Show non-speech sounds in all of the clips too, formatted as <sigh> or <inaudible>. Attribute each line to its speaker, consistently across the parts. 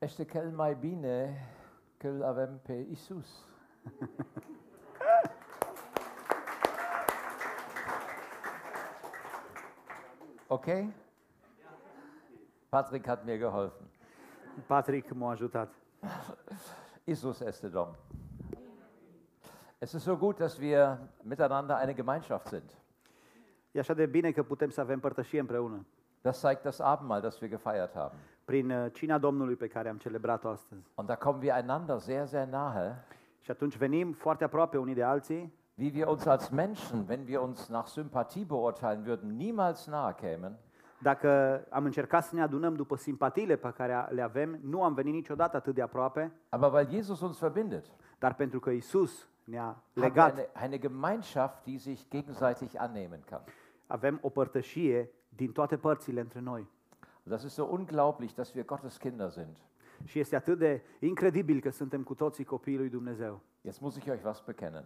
Speaker 1: Este cel mai bine că îl avem pe Isus. Okay? Patrick hat mir geholfen.
Speaker 2: Patrick m-a ajutat.
Speaker 1: Isus este Dom. Es ist so gut, dass wir miteinander eine Gemeinschaft sind.
Speaker 2: E așa de bine că putem să avem părtășie împreună.
Speaker 1: Das zeigt das Abendmahl, das wir gefeiert haben.
Speaker 2: Prin uh, cina Domnului pe care am celebrat-o astăzi.
Speaker 1: Und da kommen wir einander sehr, sehr nahe,
Speaker 2: Și atunci venim foarte aproape unii de alții,
Speaker 1: wie wir uns als Menschen, wenn wir uns nach Sympathie beurteilen würden, niemals nahe kämen.
Speaker 2: Dacă am încercat să ne adunăm după simpatiile pe care le avem, nu am venit niciodată atât de aproape,
Speaker 1: Aber weil Jesus uns verbindet,
Speaker 2: dar pentru că Isus ne-a
Speaker 1: haben wir
Speaker 2: legat,
Speaker 1: eine, eine Gemeinschaft, die sich gegenseitig annehmen kann.
Speaker 2: avem o părtășie din toate părțile între noi.
Speaker 1: Und das ist so unglaublich, dass wir Gottes Kinder sind.
Speaker 2: Și este atât de incredibil că suntem cu toții copiii lui Dumnezeu.
Speaker 1: Jetzt muss ich euch was bekennen.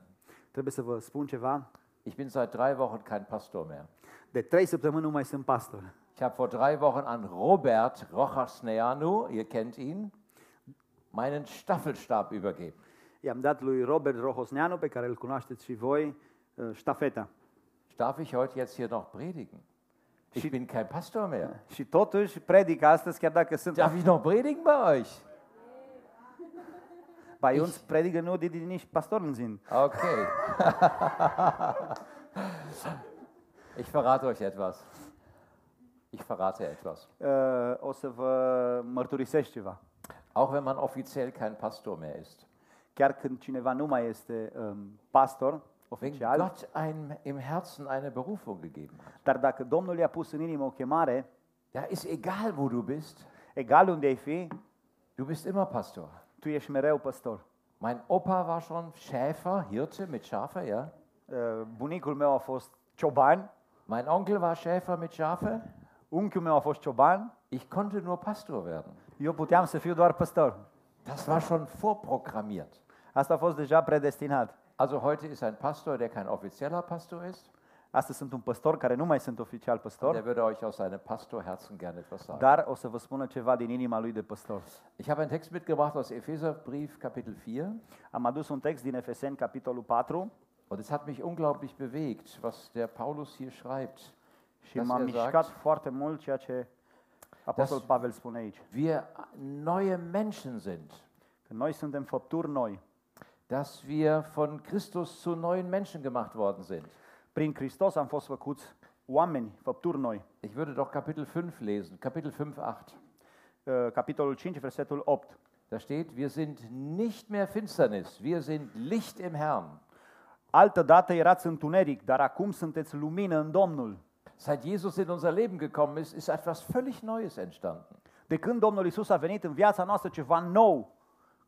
Speaker 2: Trebuie să vă spun ceva.
Speaker 1: Ich bin seit drei Wochen kein Pastor mehr.
Speaker 2: De trei săptămâni nu mai sunt pastor.
Speaker 1: Ich habe vor drei Wochen an Robert Rochasneanu, ihr kennt ihn, meinen Staffelstab übergeben.
Speaker 2: I-am dat lui Robert Rohosneanu, pe care îl cunoașteți și voi, uh, ștafeta.
Speaker 1: Darf ich heute jetzt hier noch predigen? Ich bin kein Pastor mehr.
Speaker 2: Și totuși predic astăzi, chiar dacă sunt...
Speaker 1: Darf ich noch predigen bei euch?
Speaker 2: Ba, eu predică nu de nici pastor în zin.
Speaker 1: Okay. <laughs> ich verrate euch etwas. Ich verrate etwas.
Speaker 2: Uh, o să vă mărturisesc ceva.
Speaker 1: Auch wenn man offiziell kein Pastor mehr ist.
Speaker 2: Chiar când cineva nu mai este um, pastor
Speaker 1: Wenn
Speaker 2: oficial,
Speaker 1: Gott einem im Herzen eine Berufung gegeben hat.
Speaker 2: dar dacă Domnul i-a pus în inimă o chemare,
Speaker 1: Ja, ist egal, wo du bist.
Speaker 2: egal unde ai fi,
Speaker 1: Du bist immer Pastor.
Speaker 2: tu ești mereu pastor.
Speaker 1: Mein Opa war schon Schäfer, Hirte mit Schafe, ja.
Speaker 2: Uh, bunicul meu a fost cioban,
Speaker 1: Mein Onkel war Schäfer mit Schafe.
Speaker 2: unchiul meu a fost cioban,
Speaker 1: Ich konnte nur Pastor werden.
Speaker 2: eu puteam să fiu doar pastor.
Speaker 1: Das war schon vorprogrammiert.
Speaker 2: Asta a fost deja predestinat.
Speaker 1: Also heute ist ein Pastor, der kein offizieller Pastor ist.
Speaker 2: Astăzi sunt un păstor care nu mai sunt oficial păstor,
Speaker 1: Der würde euch aus seinem Pastorherzen gerne etwas sagen.
Speaker 2: dar o să vă spună ceva din inima lui de păstor.
Speaker 1: Ich habe einen Text mitgebracht aus Epheserbrief Kapitel 4.
Speaker 2: Am adus un text din Efeseni, capitolul 4,
Speaker 1: Und es hat mich unglaublich bewegt, was der Paulus hier schreibt.
Speaker 2: și
Speaker 1: Dass
Speaker 2: m-a
Speaker 1: er
Speaker 2: mișcat
Speaker 1: sagt,
Speaker 2: foarte mult ceea ce Apostol
Speaker 1: Das-
Speaker 2: Pavel spune aici.
Speaker 1: wir neue Menschen sind.
Speaker 2: Că noi suntem făpturi noi.
Speaker 1: Dass wir von Christus zu neuen Menschen gemacht worden sind.
Speaker 2: Prin Hristos am fost făcuți oameni, făpturi noi.
Speaker 1: Ich würde doch Kapitel 5 lesen, Kapitel 5, 8.
Speaker 2: Uh, Capitolul 5, versetul 8.
Speaker 1: Da steht, wir sind nicht mehr Finsternis, wir sind Licht im Herrn.
Speaker 2: Altă dată erați întuneric, dar acum sunteți lumină în Domnul.
Speaker 1: Seit Jesus in unser Leben gekommen ist, ist etwas völlig Neues entstanden.
Speaker 2: De când Domnul Isus a venit în viața noastră ceva nou,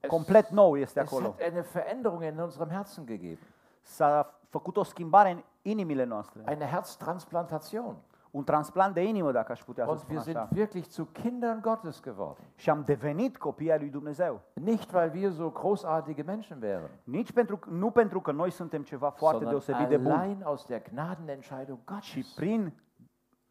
Speaker 2: complet nou este
Speaker 1: Es
Speaker 2: acolo.
Speaker 1: hat eine Veränderung in unserem Herzen gegeben,
Speaker 2: S-a făcut o schimbare în inimile noastre.
Speaker 1: eine Herztransplantation.
Speaker 2: Un transplant de inimă, dacă aș putea să
Speaker 1: Und
Speaker 2: spun
Speaker 1: wir
Speaker 2: așa.
Speaker 1: sind wirklich zu Kindern Gottes geworden.
Speaker 2: Și am devenit copii ai lui Dumnezeu.
Speaker 1: Nicht, weil wir so großartige Menschen wären,
Speaker 2: Nici pentru, că- nu pentru că noi suntem ceva foarte
Speaker 1: sondern
Speaker 2: deosebit de bun,
Speaker 1: allein aus der Gnadenentscheidung
Speaker 2: ci
Speaker 1: Gottes.
Speaker 2: prin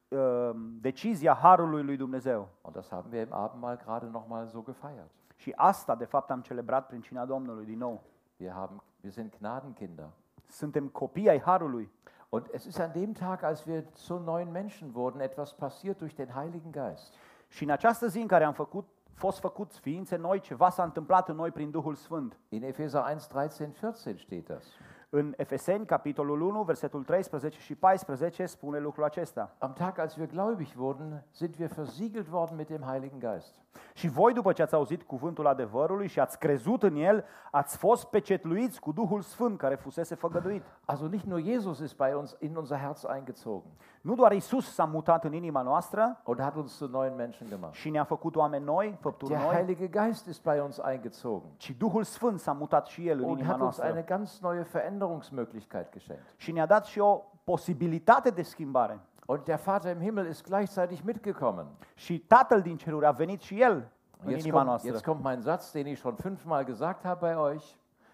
Speaker 2: uh, decizia Harului lui Dumnezeu.
Speaker 1: Und das haben wir im Abendmahl gerade nochmal so gefeiert.
Speaker 2: Și asta, de fapt, am celebrat prin cina Domnului din nou.
Speaker 1: Wir, haben, wir sind Gnadenkinder.
Speaker 2: Suntem copii ai Harului.
Speaker 1: Und es ist an dem Tag, als wir zu neuen Menschen wurden, etwas passiert durch den Heiligen Geist.
Speaker 2: Și în această zi în care am făcut, fost făcuți ființe noi, ceva s-a întâmplat în noi prin Duhul Sfânt.
Speaker 1: In Epheser 1, 13, 14 steht das.
Speaker 2: În Efeseni, capitolul 1, versetul 13 și 14, spune lucrul acesta.
Speaker 1: Am Tag, als wir gläubig wurden, sind wir versiegelt worden mit dem Heiligen Geist.
Speaker 2: Și voi, după ce ați auzit cuvântul adevărului și ați crezut în el, ați fost pecetluiți cu Duhul Sfânt care fusese făgăduit.
Speaker 1: Also nicht nur Jesus ist bei uns in unser Herz eingezogen
Speaker 2: Nu doar Isus s-a mutat în inima noastră
Speaker 1: und hat uns zu neuen Menschen gemacht.
Speaker 2: și ne-a făcut oameni noi, făpturi
Speaker 1: Der
Speaker 2: noi,
Speaker 1: Heilige Geist ist bei uns eingezogen
Speaker 2: ci Duhul Sfânt s-a mutat și El în
Speaker 1: und
Speaker 2: inima
Speaker 1: hat uns
Speaker 2: noastră.
Speaker 1: eine ganz neue Veränderungsmöglichkeit geschenkt.
Speaker 2: Și ne-a dat și o posibilitate de schimbare.
Speaker 1: Und der Vater im Himmel ist gleichzeitig mitgekommen.
Speaker 2: Și Tatăl din ceruri a venit și El
Speaker 1: Und
Speaker 2: în
Speaker 1: jetzt
Speaker 2: inima
Speaker 1: kommt, jetzt
Speaker 2: noastră.
Speaker 1: kommt mein Satz, den ich schon fünfmal gesagt habe bei euch.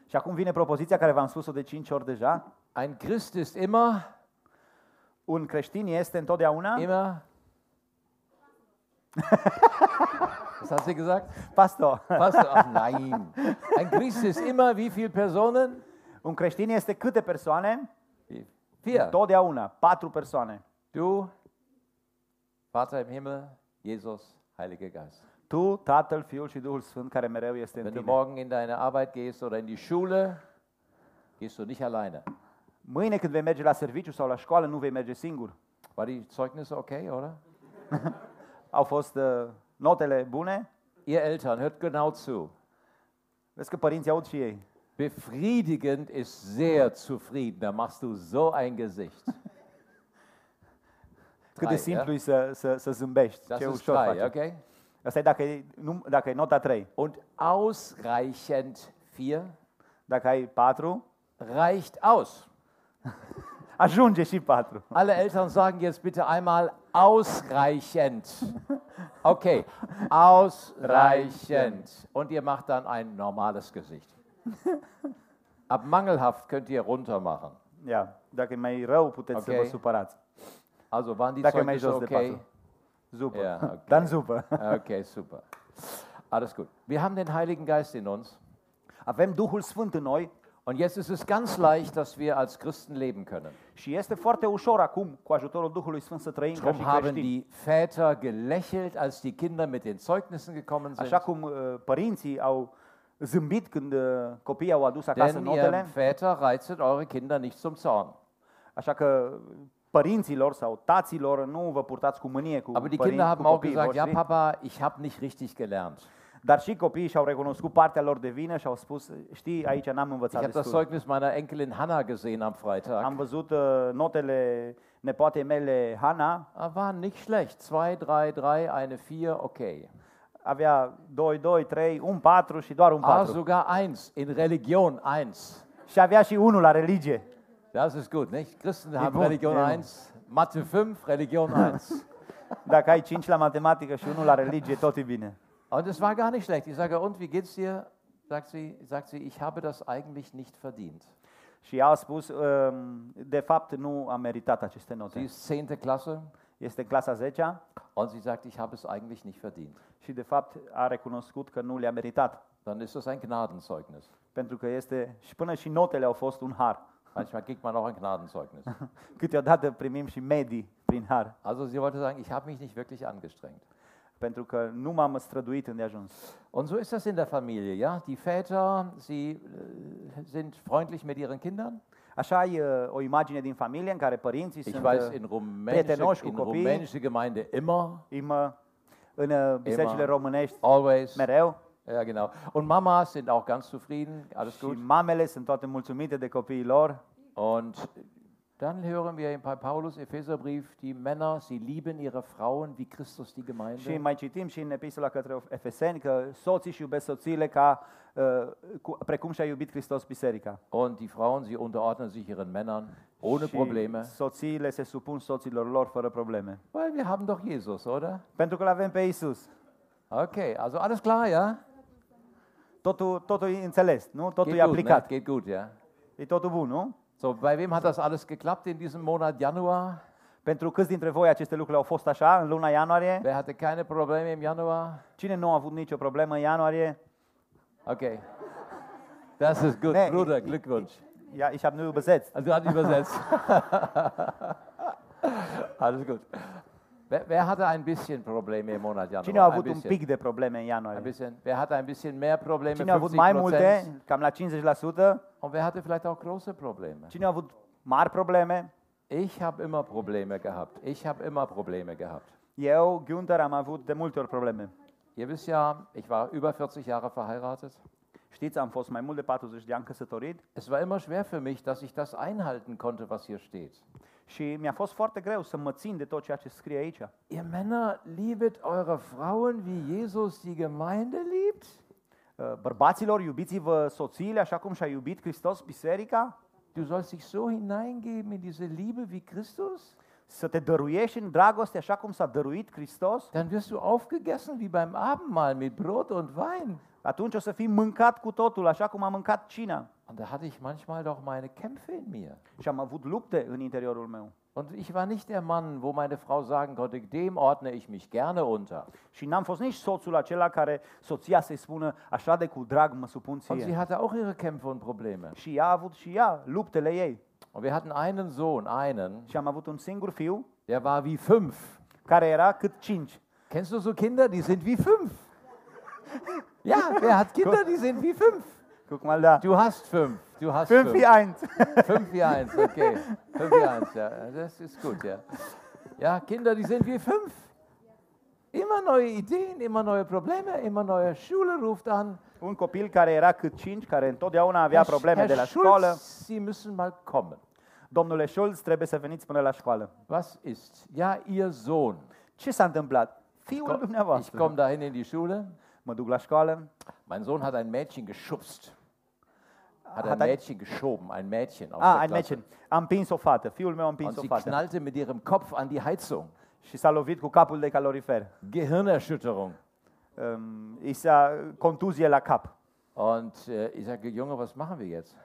Speaker 2: Și acum vine propoziția care v-am spus-o de cinci ori deja.
Speaker 1: Ein Christ ist immer,
Speaker 2: Un creștin este întotdeauna
Speaker 1: immer Was hat sie gesagt?
Speaker 2: Pastor, <laughs>
Speaker 1: Pastor, ach nein. Ein Christ ist immer wie viele Personen?
Speaker 2: un creștin este câte persoane?
Speaker 1: Vier.
Speaker 2: Totdeauna, patru persoane.
Speaker 1: Du, Vater im Himmel, Jesus, Heiliger Geist.
Speaker 2: Tu, Tatăl, Fiul și Duhul Sfânt care mereu este în
Speaker 1: Wenn du
Speaker 2: tine.
Speaker 1: morgen in deine Arbeit gehst oder in die Schule, gehst du nicht alleine.
Speaker 2: Mâine când vei merge la serviciu sau la școală, nu vei merge singur.
Speaker 1: War die Zeugnisse okay, oder?
Speaker 2: Au fost uh, notele bune?
Speaker 1: Ihr Eltern, hört genau zu.
Speaker 2: Vezi că părinții aud și ei.
Speaker 1: Befriedigend ist sehr zufrieden. Da machst du so ein Gesicht.
Speaker 2: Cât de
Speaker 1: Trai,
Speaker 2: simplu
Speaker 1: da?
Speaker 2: e să, să, să zâmbești.
Speaker 1: Das
Speaker 2: Ce
Speaker 1: ist
Speaker 2: ușor faci.
Speaker 1: drei, okay?
Speaker 2: Asta e dacă e, num- dacă e nota 3.
Speaker 1: Und ausreichend vier
Speaker 2: Dacă ai 4,
Speaker 1: reicht aus.
Speaker 2: ajunge și 4.
Speaker 1: Alle Eltern sagen jetzt bitte einmal ausreichend. Okay, ausreichend. Und ihr macht dann ein normales Gesicht. Ab mangelhaft könnt ihr runter machen.
Speaker 2: Ia, dacă e mai rău, puteți okay. să
Speaker 1: Ok.
Speaker 2: vă supărați.
Speaker 1: Also waren die
Speaker 2: Dacă e mai
Speaker 1: Zeugnisse
Speaker 2: jos de 4.
Speaker 1: okay?
Speaker 2: Zupă. <laughs>
Speaker 1: Ja, ok.
Speaker 2: Dar în zupă.
Speaker 1: Okay, super. Alles gut. Wir haben den Heiligen Geist in uns.
Speaker 2: Avem Duhul Sfânt în noi
Speaker 1: Und jetzt ist es ganz leicht, dass wir als Christen leben können.
Speaker 2: și este foarte ușor acum, cu ajutorul Duhului Sfânt, să trăim ca și
Speaker 1: Darum haben
Speaker 2: creștini.
Speaker 1: die Väter gelächelt, als die Kinder mit den Zeugnissen gekommen sind.
Speaker 2: Așa cum uh, părinții au zâmbit când uh, copiii au adus acasă
Speaker 1: Denn ihr
Speaker 2: notele,
Speaker 1: Väter reizet eure Kinder nicht zum Zorn.
Speaker 2: așa că părinților sau taților nu vă purtați cu mânie cu,
Speaker 1: Aber die
Speaker 2: părinți,
Speaker 1: Kinder
Speaker 2: cu
Speaker 1: haben auch
Speaker 2: copiii
Speaker 1: gesagt, ja
Speaker 2: voștri,
Speaker 1: Papa, ich habe nicht richtig gelernt.
Speaker 2: dar și copiii și-au recunoscut partea lor de vină și au spus, știi, aici n-am
Speaker 1: Ich
Speaker 2: învățat
Speaker 1: habe das
Speaker 2: destul.
Speaker 1: Zeugnis meiner Enkelin Hanna gesehen am Freitag.
Speaker 2: Am văzut uh, notele nepoatei mele, Hana,
Speaker 1: Ah, War nicht schlecht. Zwei, drei, drei, eine vier, okay.
Speaker 2: avea 2, 2, 3, un 4 și doar un 4.
Speaker 1: Ah, sogar eins, in Religion eins.
Speaker 2: Și avea și unul la religie.
Speaker 1: Das ist gut, nicht? Christen haben
Speaker 2: gut,
Speaker 1: Religion
Speaker 2: ja.
Speaker 1: eins, Mathe fünf, Religion eins.
Speaker 2: Dacă ai 5 la matematică și unul la religie, tot e bine.
Speaker 1: Und es war gar nicht schlecht. Ich sage, und wie geht's dir? Sagt sie, sagt sie, ich habe das eigentlich nicht verdient.
Speaker 2: Și ea a spus, "Um, de fapt, nu am meritat aceste
Speaker 1: Sie
Speaker 2: note.
Speaker 1: ist 10. Klasse
Speaker 2: Este în clasa 10
Speaker 1: und sie sagt, ich habe es eigentlich nicht verdient.
Speaker 2: și, de fapt, a recunoscut că nu le-a meritat.
Speaker 1: Dann ist das ein Gnadenzeugnis.
Speaker 2: Pentru că este, și până și notele au fost un har.
Speaker 1: Manchmal kriegt man auch ein Gnadenzeugnis.
Speaker 2: Câteodată primim și medii prin har,
Speaker 1: Also sie wollte sagen, ich habe mich nicht wirklich angestrengt.
Speaker 2: pentru că nu m-am străduit îndeajuns.
Speaker 1: Und so ist das in der Familie, ja? Die Väter, sie äh, sind freundlich mit ihren Kindern.
Speaker 2: Așa ai uh, o imagine din familie în care părinții
Speaker 1: Ich
Speaker 2: sunt
Speaker 1: weiß,
Speaker 2: uh,
Speaker 1: in
Speaker 2: prietenoși
Speaker 1: rumänische,
Speaker 2: cu
Speaker 1: in
Speaker 2: copiii,
Speaker 1: rumänische Gemeinde immer,
Speaker 2: îi mă- în uh, bisericile românești
Speaker 1: always.
Speaker 2: mereu
Speaker 1: Ja, genau. Und Mamas sind auch ganz zufrieden, alles
Speaker 2: și
Speaker 1: gut.
Speaker 2: mamele sunt toate mulțumite de copiii lor.
Speaker 1: Und dann hören wir bei Paulus Epheserbrief, die Männer, sie lieben ihre Frauen wie Christus die
Speaker 2: Și
Speaker 1: Gemeinde.
Speaker 2: mai citim și în epistola către Efeseni că soții și iubesc soțiile ca, uh, cu, precum și-a iubit Hristos biserica.
Speaker 1: Und die Frauen, sie unterordnen sich ihren Männern ohne
Speaker 2: și
Speaker 1: Probleme.
Speaker 2: soțiile se supun soților lor fără probleme.
Speaker 1: Weil wir haben doch Jesus, oder?
Speaker 2: Pentru că l-avem pe Isus.
Speaker 1: Okay, also alles klar, ja?
Speaker 2: Totul, totul e înțeles, nu? Totul e
Speaker 1: Geht gut, ne?
Speaker 2: aplicat.
Speaker 1: Geht gut, ja?
Speaker 2: E totul bun, nu?
Speaker 1: So, bei wem hat das alles geklappt in diesem Monat Januar?
Speaker 2: Pentru câți dintre voi aceste lucruri au fost așa în luna ianuarie?
Speaker 1: Wer hatte keine Probleme im Januar?
Speaker 2: Cine nu a avut nicio problemă în ianuarie?
Speaker 1: Okay. Das ist gut,
Speaker 2: Nee,
Speaker 1: Bruder, Glückwunsch.
Speaker 2: Ia, ich habe nur übersetzt.
Speaker 1: Also hat übersetzt. <laughs> Alles gut. Wer, wer hatte ein bisschen Probleme im Monat Januar?
Speaker 2: Cine a
Speaker 1: ein
Speaker 2: avut un
Speaker 1: bisschen,
Speaker 2: pic de probleme în
Speaker 1: Ein
Speaker 2: ianuarie?
Speaker 1: bisschen. Wer hatte ein bisschen mehr Probleme?
Speaker 2: Cine a avut mai
Speaker 1: 50%?
Speaker 2: multe, cam la 50%?
Speaker 1: Und wer hatte vielleicht auch große Probleme?
Speaker 2: Cine a avut mari probleme?
Speaker 1: Ich habe immer Probleme gehabt. Ich habe immer Probleme gehabt.
Speaker 2: Eu, Günther, am avut de multe ori probleme.
Speaker 1: Ihr wisst ja, ich war über 40 Jahre verheiratet.
Speaker 2: Știți, am fost mai mult de 40 de ani căsătorit
Speaker 1: Es war immer schwer für mich, dass ich das einhalten konnte, was hier steht.
Speaker 2: și mi-a fost foarte greu să mă țin de tot ceea ce scrie aici. Uh,
Speaker 1: Ihr Männer, liebet eure Frauen, wie Jesus die Gemeinde liebt?
Speaker 2: Uh, Bărbaților, iubiți-vă soțiile așa cum și-a iubit Hristos biserica,
Speaker 1: Du sollst dich so hineingeben in diese Liebe wie Christus?
Speaker 2: să te dăruiești în dragoste așa cum s-a dăruit Hristos,
Speaker 1: Dann wirst du aufgegessen wie beim Abendmahl mit Brot und Wein.
Speaker 2: atunci o să fii mâncat cu totul așa cum a mâncat cina.
Speaker 1: Und da hatte ich manchmal doch meine Kämpfe in mir.
Speaker 2: Și am avut lupte în interiorul meu.
Speaker 1: Und ich war nicht der Mann, wo meine Frau sagen konnte, dem ordne ich mich gerne unter.
Speaker 2: Și n-am fost nici soțul acela care soția să-i spună așa de cu drag mă supun
Speaker 1: Und sie
Speaker 2: ție.
Speaker 1: hatte auch ihre Kämpfe und Probleme.
Speaker 2: Și ea a avut și ea luptele ei.
Speaker 1: Und wir hatten einen Sohn, einen,
Speaker 2: Și am avut un singur fiu
Speaker 1: der war wie fünf.
Speaker 2: care era cât cinci.
Speaker 1: Kennst du so Kinder, die sind wie fünf? Ja, wer hat Kinder, die sind wie fünf?
Speaker 2: Guck mal da.
Speaker 1: Du hast fünf. Du hast
Speaker 2: Fünf
Speaker 1: fünf.
Speaker 2: Deci, fi eins.
Speaker 1: Fünf wie eins, okay. Fünf wie eins, ja. Das ist gut, ja. Ja, Kinder, die sind wie fünf. Immer neue Ideen, immer neue Probleme, immer neue Schule ruft an.
Speaker 2: <laughs> Un copil care era cât cinci, care întotdeauna avea probleme de la școală.
Speaker 1: Schulz, Sie müssen mal kommen.
Speaker 2: Domnule Schulz, trebuie să veniți până la școală.
Speaker 1: Was ist? Ja, Ihr Sohn.
Speaker 2: Ce s-a întâmplat? Fiul
Speaker 1: Ich
Speaker 2: dumneavoastră.
Speaker 1: komme dahin in die Schule.
Speaker 2: Mă duc la școală.
Speaker 1: Mein Sohn hat ein Mädchen geschubst. Hat ein
Speaker 2: Hat ein-
Speaker 1: Mädchen geschoben, ein Mädchen aus
Speaker 2: A,
Speaker 1: der
Speaker 2: ein
Speaker 1: Klasse.
Speaker 2: Mädchen. Am pins o fată. Fiul meu a împins
Speaker 1: Und
Speaker 2: o
Speaker 1: sie
Speaker 2: fată.
Speaker 1: knallte mit ihrem Kopf an die Heizung.
Speaker 2: Și s-a lovit cu capul de calorifer.
Speaker 1: Gehirnerschütterung.
Speaker 2: Um, I s-a contuzie la cap.
Speaker 1: Und äh, ich sage, Junge, was machen wir jetzt?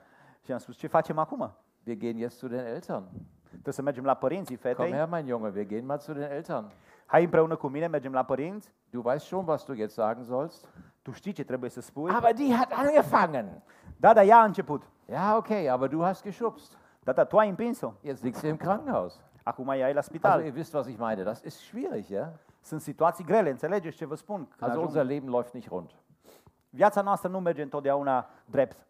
Speaker 2: Și am spus, ce facem acum?
Speaker 1: Wir gehen jetzt zu den Eltern.
Speaker 2: Trebuie să mergem la părinții
Speaker 1: Komm
Speaker 2: fetei.
Speaker 1: her, mein Junge, wir gehen mal zu den Eltern.
Speaker 2: Hai împreună cu mine, mergem la părinți.
Speaker 1: Du weißt schon, was du jetzt sagen sollst.
Speaker 2: Tu știi ce trebuie să spui.
Speaker 1: Aber die hat angefangen.
Speaker 2: Da, da, ea a început.
Speaker 1: Ja, okay, aber du hast geschubst.
Speaker 2: Da, da, tu ai împins-o.
Speaker 1: Jetzt liegst du im Krankenhaus.
Speaker 2: Acum ea e la spital.
Speaker 1: Also ihr wisst, was ich meine. Das ist schwierig, ja?
Speaker 2: Sunt situații grele, înțelegeți ce vă spun? Când
Speaker 1: Also
Speaker 2: ajung-
Speaker 1: unser Leben läuft nicht rund.
Speaker 2: Viața noastră nu merge întotdeauna drept.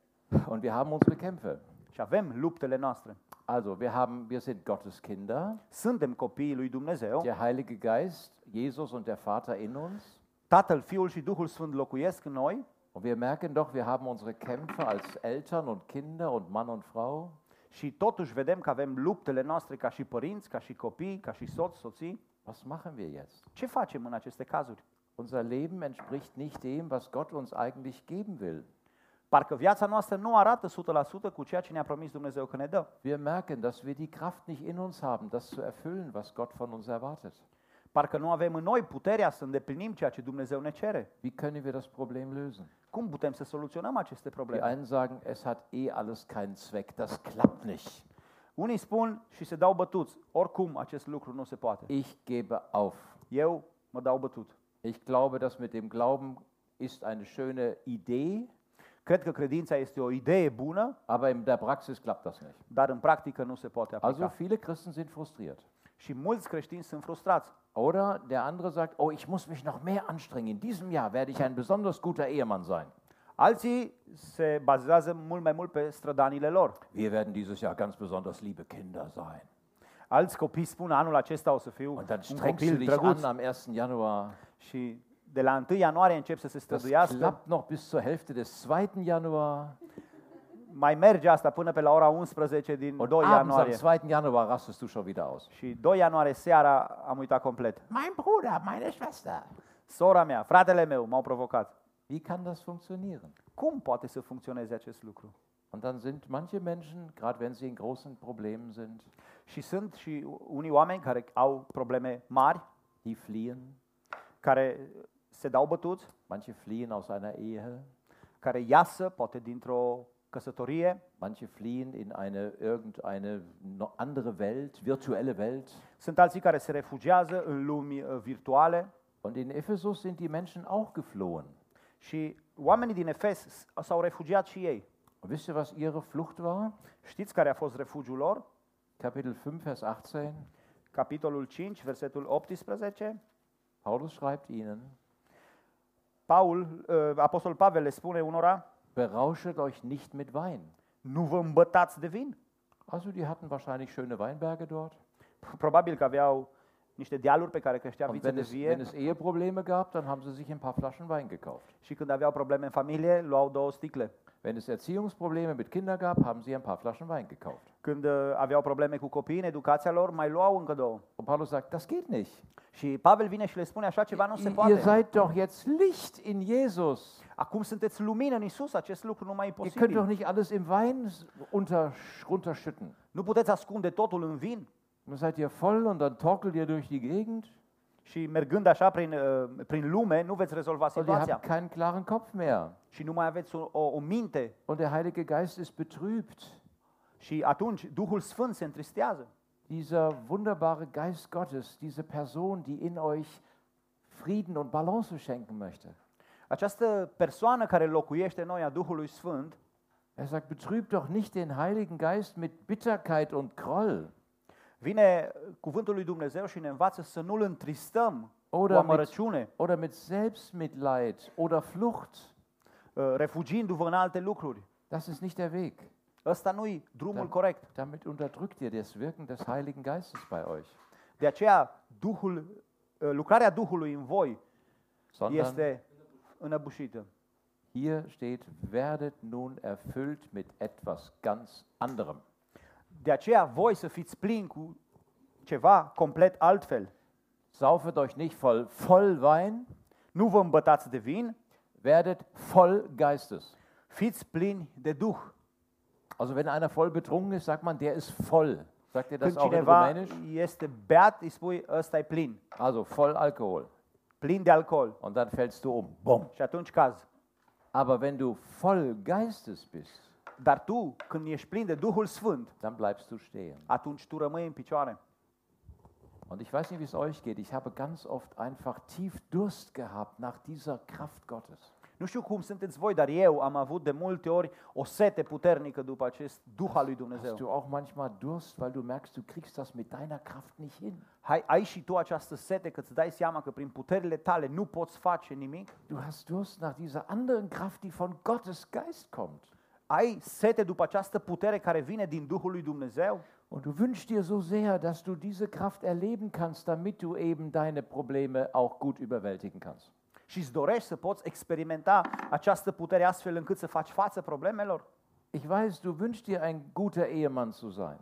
Speaker 1: Und wir haben unsere Kämpfe.
Speaker 2: Și avem luptele noastre.
Speaker 1: Also wir, haben, wir sind Gottes Kinder.
Speaker 2: Suntem copiii lui Dumnezeu.
Speaker 1: Der Heilige Geist, Jesus und der Vater in uns.
Speaker 2: Tatăl, Fiul și Duhul Sfânt locuiesc în noi
Speaker 1: Und wir merken doch, wir haben unsere Kämpfe als Eltern und Kinder und Mann und Frau.
Speaker 2: și totuși vedem că avem luptele noastre ca și părinți, ca și copii, ca și soți, soții.
Speaker 1: Was machen wir jetzt?
Speaker 2: Ce facem în aceste cazuri?
Speaker 1: Unser Leben entspricht nicht dem, was Gott uns eigentlich geben will.
Speaker 2: Parcă viața noastră nu arată 100% cu ceea ce ne-a promis Dumnezeu că ne dă.
Speaker 1: Wir merken, dass wir die Kraft nicht in uns haben, das zu erfüllen, was Gott von uns erwartet.
Speaker 2: Parcă nu avem în noi puterea să îndeplinim ceea ce Dumnezeu ne cere.
Speaker 1: Wie können wir das Problem lösen?
Speaker 2: Cum putem să soluționăm aceste
Speaker 1: Die
Speaker 2: probleme?
Speaker 1: einen sagen, es hat eh alles keinen Zweck, das klappt nicht.
Speaker 2: Unii spun și se dau bătuți. Oricum, acest lucru nu se poate.
Speaker 1: Ich gebe auf.
Speaker 2: Eu mă dau bătut.
Speaker 1: Ich glaube, das mit dem Glauben ist eine schöne Idee,
Speaker 2: Cred că credința este o idee bună,
Speaker 1: aber in der Praxis klappt das nicht.
Speaker 2: dar în practică nu se poate aplica.
Speaker 1: Also viele Christen sind frustriert.
Speaker 2: și mulți creștini sunt frustrați.
Speaker 1: Oder der andere sagt, oh, ich muss mich noch mehr anstrengen. In diesem Jahr werde ich ein besonders guter Ehemann sein.
Speaker 2: Alții se bazează mult mai mult pe strădanile lor.
Speaker 1: Wir werden dieses Jahr ganz besonders liebe Kinder sein.
Speaker 2: Alți copii spun anul acesta o să fiu
Speaker 1: Und dann
Speaker 2: un
Speaker 1: strengst du
Speaker 2: copil
Speaker 1: dich
Speaker 2: drăguț
Speaker 1: an am 1. Januar.
Speaker 2: și de la 1 ianuarie încep să se
Speaker 1: Das
Speaker 2: străduiască.
Speaker 1: klappt noch bis zur Hälfte des 2. Januar.
Speaker 2: Mai merge asta până pe la ora 11 din
Speaker 1: Und
Speaker 2: 2
Speaker 1: abends am
Speaker 2: ianuarie.
Speaker 1: 2. Januar rastest du schon wieder aus.
Speaker 2: Și 2 ianuarie seara am uitat complet.
Speaker 1: Mein Bruder, meine Schwester.
Speaker 2: Sora mea, fratele meu m-au provocat.
Speaker 1: Wie kann das funktionieren?
Speaker 2: Cum poate să funcționeze acest lucru?
Speaker 1: Und dann sind manche Menschen, gerade wenn sie in großen Problemen sind,
Speaker 2: Și sunt și unii oameni care au probleme mari,
Speaker 1: die fliehen.
Speaker 2: care se dau bătuți,
Speaker 1: Manche fliehen aus einer Ehe.
Speaker 2: care iasă poate dintr-o căsătorie,
Speaker 1: Manche fliehen in eine irgendeine no- andere Welt, virtuelle Welt.
Speaker 2: sunt alții care se refugiază în lumi uh, virtuale
Speaker 1: Und in Ephesus sind die Menschen auch geflohen.
Speaker 2: și oamenii din Efes s- uh, s-au refugiat și ei.
Speaker 1: Und wisst ihr, was ihre Flucht war?
Speaker 2: Știți care a fost refugiul lor?
Speaker 1: Kapitel 5, Vers 18.
Speaker 2: Capitolul 5, versetul 18.
Speaker 1: Paulus schreibt ihnen,
Speaker 2: Paul, uh, Apostol Pavel le spune unora,
Speaker 1: berauschet euch nicht mit Wein.
Speaker 2: nu vă îmbătați de vin.
Speaker 1: Also die hatten wahrscheinlich schöne Weinberge dort.
Speaker 2: Probabil că aveau niște dealuri pe care creștea
Speaker 1: Und
Speaker 2: viță
Speaker 1: wenn
Speaker 2: de
Speaker 1: es,
Speaker 2: vie
Speaker 1: wenn es Eheprobleme gab, dann haben sie sich ein paar Flaschen Wein gekauft.
Speaker 2: și când aveau probleme în familie, luau două sticle.
Speaker 1: Wenn es Erziehungsprobleme mit Kindern gab, haben sie ein paar Flaschen Wein gekauft.
Speaker 2: Când uh, aveau probleme cu copiii în educația lor, mai luau încă două.
Speaker 1: Und Paulus sagt, das geht nicht.
Speaker 2: Și Pavel vine și le spune așa ceva nu se
Speaker 1: Ihr
Speaker 2: poate.
Speaker 1: seid doch jetzt Licht in Jesus.
Speaker 2: Acum sunteți lumină în Isus, acest lucru nu mai e
Speaker 1: Ihr könnt doch
Speaker 2: posibil.
Speaker 1: nicht alles im Wein unter, runterschütten.
Speaker 2: Nu puteți ascunde totul în vin.
Speaker 1: Und Dann seid ihr voll und dann torkelt ihr durch die Gegend
Speaker 2: Și mergând așa prin, uh, prin lume, nu veți rezolva
Speaker 1: und ihr habt
Speaker 2: situația.
Speaker 1: keinen klaren Kopf mehr.
Speaker 2: Și nu mai aveți o, o, o minte.
Speaker 1: Und der Heilige Geist ist betrübt.
Speaker 2: Și atunci Duhul Sfânt se întristează.
Speaker 1: dieser wunderbare Geist Gottes, diese Person, die in euch Frieden und Balance schenken möchte.
Speaker 2: Această persoană care locuiește în noi a Duhului Sfânt
Speaker 1: Er sagt, betrübt doch nicht den Heiligen Geist mit Bitterkeit und Groll
Speaker 2: vine uh, cuvântul lui Dumnezeu și ne învață să nu-L întristăm cu
Speaker 1: Ora
Speaker 2: amărăciune,
Speaker 1: oder mit Selbstmitleid oder Flucht.
Speaker 2: uh, refugiindu-vă în alte lucruri.
Speaker 1: Das ist nicht der Weg.
Speaker 2: Ăsta nu-i drumul
Speaker 1: Da.
Speaker 2: corect.
Speaker 1: Damit unterdrückt ihr das Wirken des Heiligen Geistes bei euch.
Speaker 2: De aceea, Duhul, uh, lucrarea Duhului în voi
Speaker 1: Sondern
Speaker 2: este înăbușită.
Speaker 1: hier steht, werdet nun erfüllt mit etwas ganz anderem.
Speaker 2: De aceea, voi să fiți plini cu ceva complet altfel.
Speaker 1: Saufet euch nicht voll, voll Wein,
Speaker 2: Nu vă îmbătați de vin,
Speaker 1: werdet voll Geistes.
Speaker 2: fiți plini de Duh.
Speaker 1: Also wenn einer voll betrunken ist, sagt man, der ist voll. Sagt ihr das
Speaker 2: Când
Speaker 1: auch in
Speaker 2: cineva
Speaker 1: Rumänisch?
Speaker 2: este beat, îi spui, ăsta e plin,
Speaker 1: Also voll Alkohol.
Speaker 2: plin de alcool.
Speaker 1: Und dann fällst du um. Bumm.
Speaker 2: Și atunci caz.
Speaker 1: Aber wenn du voll Geistes bist,
Speaker 2: Dar tu, când ești plin de Duhul Sfânt,
Speaker 1: dann bleibst du stehen.
Speaker 2: atunci tu rămâi în picioare.
Speaker 1: Und ich weiß nicht, wie es euch geht. Ich habe ganz oft einfach tief Durst gehabt nach dieser Kraft Gottes.
Speaker 2: Nu știu cum sunteți voi, dar eu am avut de multe ori o sete puternică după acest Duh al lui
Speaker 1: Hast
Speaker 2: Dumnezeu.
Speaker 1: du auch manchmal Durst, weil du merkst, du kriegst das mit deiner Kraft nicht hin.
Speaker 2: Hai, ai și tu această sete că îți dai seama că prin puterile tale nu poți face nimic?
Speaker 1: Du hast Durst nach dieser anderen Kraft, die von Gottes Geist kommt.
Speaker 2: Ai sete după această putere care vine din Duhul lui Dumnezeu?
Speaker 1: Und du wünschst dir so sehr, dass du diese Kraft erleben kannst, damit du eben deine Probleme auch gut überwältigen kannst.
Speaker 2: Și îți dorești să poți experimenta această putere astfel încât să faci față problemelor?
Speaker 1: Ich weiß, du wünschst dir ein guter Ehemann zu sein.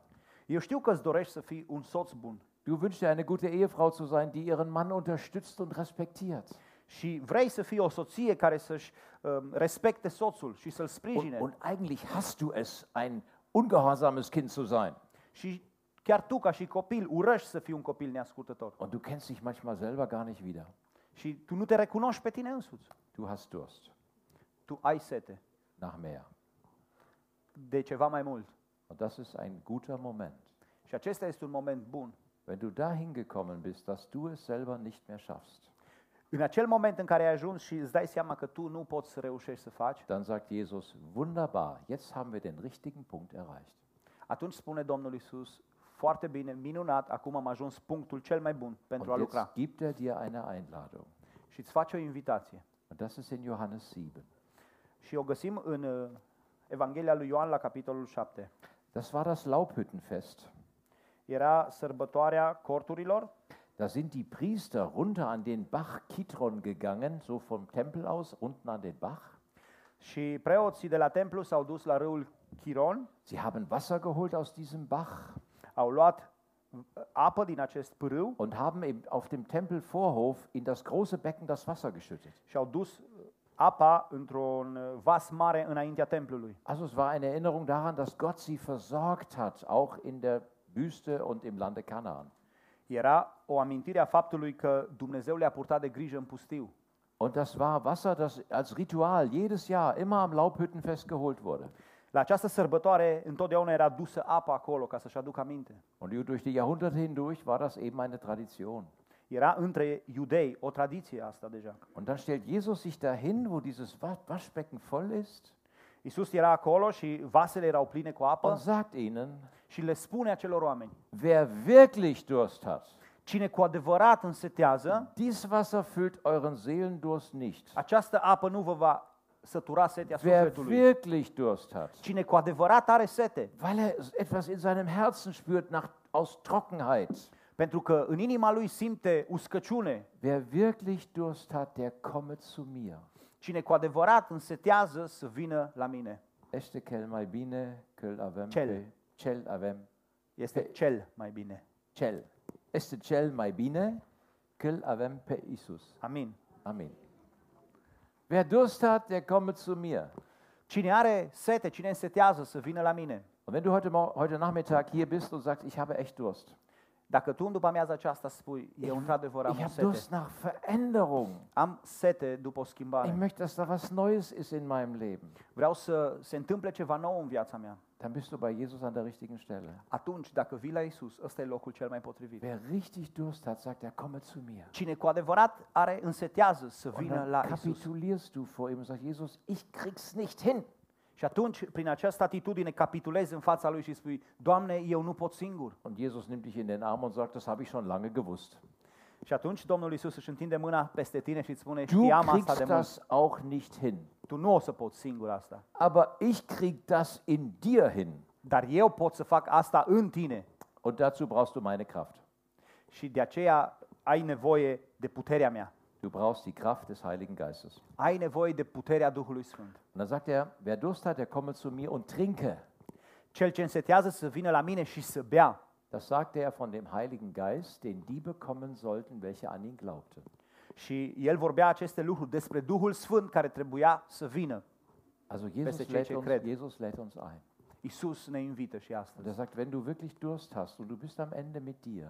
Speaker 2: Eu știu că îți dorești să fii un soț bun
Speaker 1: Du wünschst dir eine gute Ehefrau zu sein, die ihren Mann unterstützt und respektiert.
Speaker 2: și vrei să fii o soție care să-și um, respecte soțul și să-l
Speaker 1: Und,
Speaker 2: sprijine.
Speaker 1: und eigentlich hast du es, ein ungehorsames Kind zu sein.
Speaker 2: Și chiar tu, ca și copil, urăști să fii un copil neascultător.
Speaker 1: Und du kennst dich manchmal selber gar nicht wieder.
Speaker 2: Și tu nu te recunoști pe tine însuți.
Speaker 1: Du hast Durst
Speaker 2: Tu ai sete
Speaker 1: nach mehr.
Speaker 2: de ceva mai mult.
Speaker 1: Und das ist ein guter Moment.
Speaker 2: Și acesta este un moment bun.
Speaker 1: Wenn du dahin gekommen bist, dass du es selber nicht mehr schaffst,
Speaker 2: În acel moment în care ai ajuns și îți dai seama că tu nu poți să reușești să faci,
Speaker 1: dann sagt Jesus, wunderbar, jetzt haben wir den richtigen Punkt erreicht.
Speaker 2: atunci spune Domnul Isus, foarte bine, minunat, acum am ajuns punctul cel mai bun pentru a
Speaker 1: Und
Speaker 2: lucra.
Speaker 1: jetzt gibt er dir eine Einladung.
Speaker 2: Și îți face o invitație.
Speaker 1: Und das ist in Johannes 7.
Speaker 2: Și o găsim în uh, Evanghelia lui Ioan la capitolul 7.
Speaker 1: Das war das Laubhüttenfest.
Speaker 2: Era sărbătoarea corturilor
Speaker 1: Da sind die Priester runter an den Bach Kitron gegangen, so vom Tempel aus, unten an den Bach.
Speaker 2: și preoții de la templu s-au dus la râul Chiron
Speaker 1: Sie haben Wasser geholt aus diesem Bach
Speaker 2: au luat uh, apă din acest pârâu
Speaker 1: und haben im, auf dem Tempelvorhof in das große Becken das Wasser geschüttet.
Speaker 2: și au dus uh, apa într-un uh, vas mare înaintea templului.
Speaker 1: Also es war eine Erinnerung daran, dass Gott sie versorgt hat, auch in der Wüste und im Lande Kanaan.
Speaker 2: Era o amintire a faptului că Dumnezeu le-a purtat de grijă în pustiu.
Speaker 1: Und das war Wasser, das als Ritual jedes Jahr immer am Laubhüttenfest geholt wurde.
Speaker 2: La această sărbătoare întotdeauna era dusă apa acolo ca să-și aducă aminte.
Speaker 1: Und durch die Jahrhunderte hindurch war das eben eine Tradition.
Speaker 2: Era între iudei o tradiție asta deja.
Speaker 1: Und dann stellt Jesus sich dahin, wo dieses Wa- Waschbecken voll ist
Speaker 2: Isus era acolo și vasele erau pline cu apă
Speaker 1: und sagt ihnen,
Speaker 2: și le spune acelor oameni,
Speaker 1: wer wirklich Durst hat,
Speaker 2: cine cu adevărat însetează,
Speaker 1: dies Wasser füllt euren Seelendurst nicht.
Speaker 2: această apă nu vă va sătura setea
Speaker 1: Wer
Speaker 2: sufletului.
Speaker 1: wirklich Durst hat,
Speaker 2: Cine cu adevărat are sete,
Speaker 1: weil er etwas in seinem Herzen spürt nach, aus Trockenheit,
Speaker 2: Pentru că în inima lui simte uscăciune.
Speaker 1: wer wirklich Durst hat, der komme zu mir.
Speaker 2: Cine cu adevărat însetează să vină la mine.
Speaker 1: Este cel mai bine, cel avem
Speaker 2: Cel.
Speaker 1: pe- cel avem,
Speaker 2: Este cel mai bine.
Speaker 1: cel. Este cel mai bine, cel avem pe Isus.
Speaker 2: Amin.
Speaker 1: Amen. Wer Durst hat, der komme zu mir.
Speaker 2: Cine are sete, cine însetează să vină la mine.
Speaker 1: Und wenn du heute, Mor- heute Nachmittag hier bist und sagst, ich habe echt Durst.
Speaker 2: Dacă tu în după amiaza aceasta spui, eu într-adevăr am
Speaker 1: Ich
Speaker 2: o
Speaker 1: habe
Speaker 2: sete.
Speaker 1: Durst nach Veränderung.
Speaker 2: Am sete după o
Speaker 1: Ich
Speaker 2: schimbare.
Speaker 1: möchte, dass da was Neues ist in meinem Leben.
Speaker 2: Vreau să se întâmple ceva nou în viața mea.
Speaker 1: dann bist du bei Jesus an der richtigen Stelle.
Speaker 2: Atunci, dacă vii la Isus, ăsta e locul cel mai potrivit.
Speaker 1: Wer richtig Durst hat, sagt er, komme zu mir.
Speaker 2: Cine cu adevărat are însetează să
Speaker 1: Und
Speaker 2: vină
Speaker 1: dann
Speaker 2: la Isus.
Speaker 1: kapitulierst du vor ihm und sagst, Jesus, ich krieg's nicht hin.
Speaker 2: Și atunci, prin această atitudine, capitulezi în fața lui și spui, Doamne, eu nu pot singur.
Speaker 1: Und Jesus nimmt dich in den Arm und sagt, das habe ich schon lange gewusst.
Speaker 2: Și atunci Domnul Isus își întinde mâna peste tine și îți spune,
Speaker 1: Du
Speaker 2: știam asta
Speaker 1: kriegst
Speaker 2: de mult.
Speaker 1: das auch nicht hin.
Speaker 2: Tu nu o să poți singur asta.
Speaker 1: Aber ich krieg das in dir hin.
Speaker 2: Dar eu pot să fac asta în tine.
Speaker 1: Und dazu brauchst du meine Kraft.
Speaker 2: Și de aceea ai nevoie de puterea mea.
Speaker 1: Du brauchst die Kraft des Heiligen Geistes.
Speaker 2: Ai nevoie de puterea Duhului Sfânt.
Speaker 1: Und dann sagt er, wer Durst hat, der komme zu mir und trinke.
Speaker 2: Cel ce însetează să vină la mine și să bea.
Speaker 1: Das sagte er von dem Heiligen Geist, den die bekommen sollten, welche an ihn glaubten.
Speaker 2: Și el vorbea aceste lucruri despre Duhul Sfânt care trebuia să vină.
Speaker 1: Also Jesus
Speaker 2: Beste
Speaker 1: lädt,
Speaker 2: Kirche,
Speaker 1: uns,
Speaker 2: Credo.
Speaker 1: Jesus lädt uns ein.
Speaker 2: Isus ne invită și
Speaker 1: Und
Speaker 2: astăzi.
Speaker 1: er sagt, wenn du wirklich Durst hast und du bist am Ende mit dir,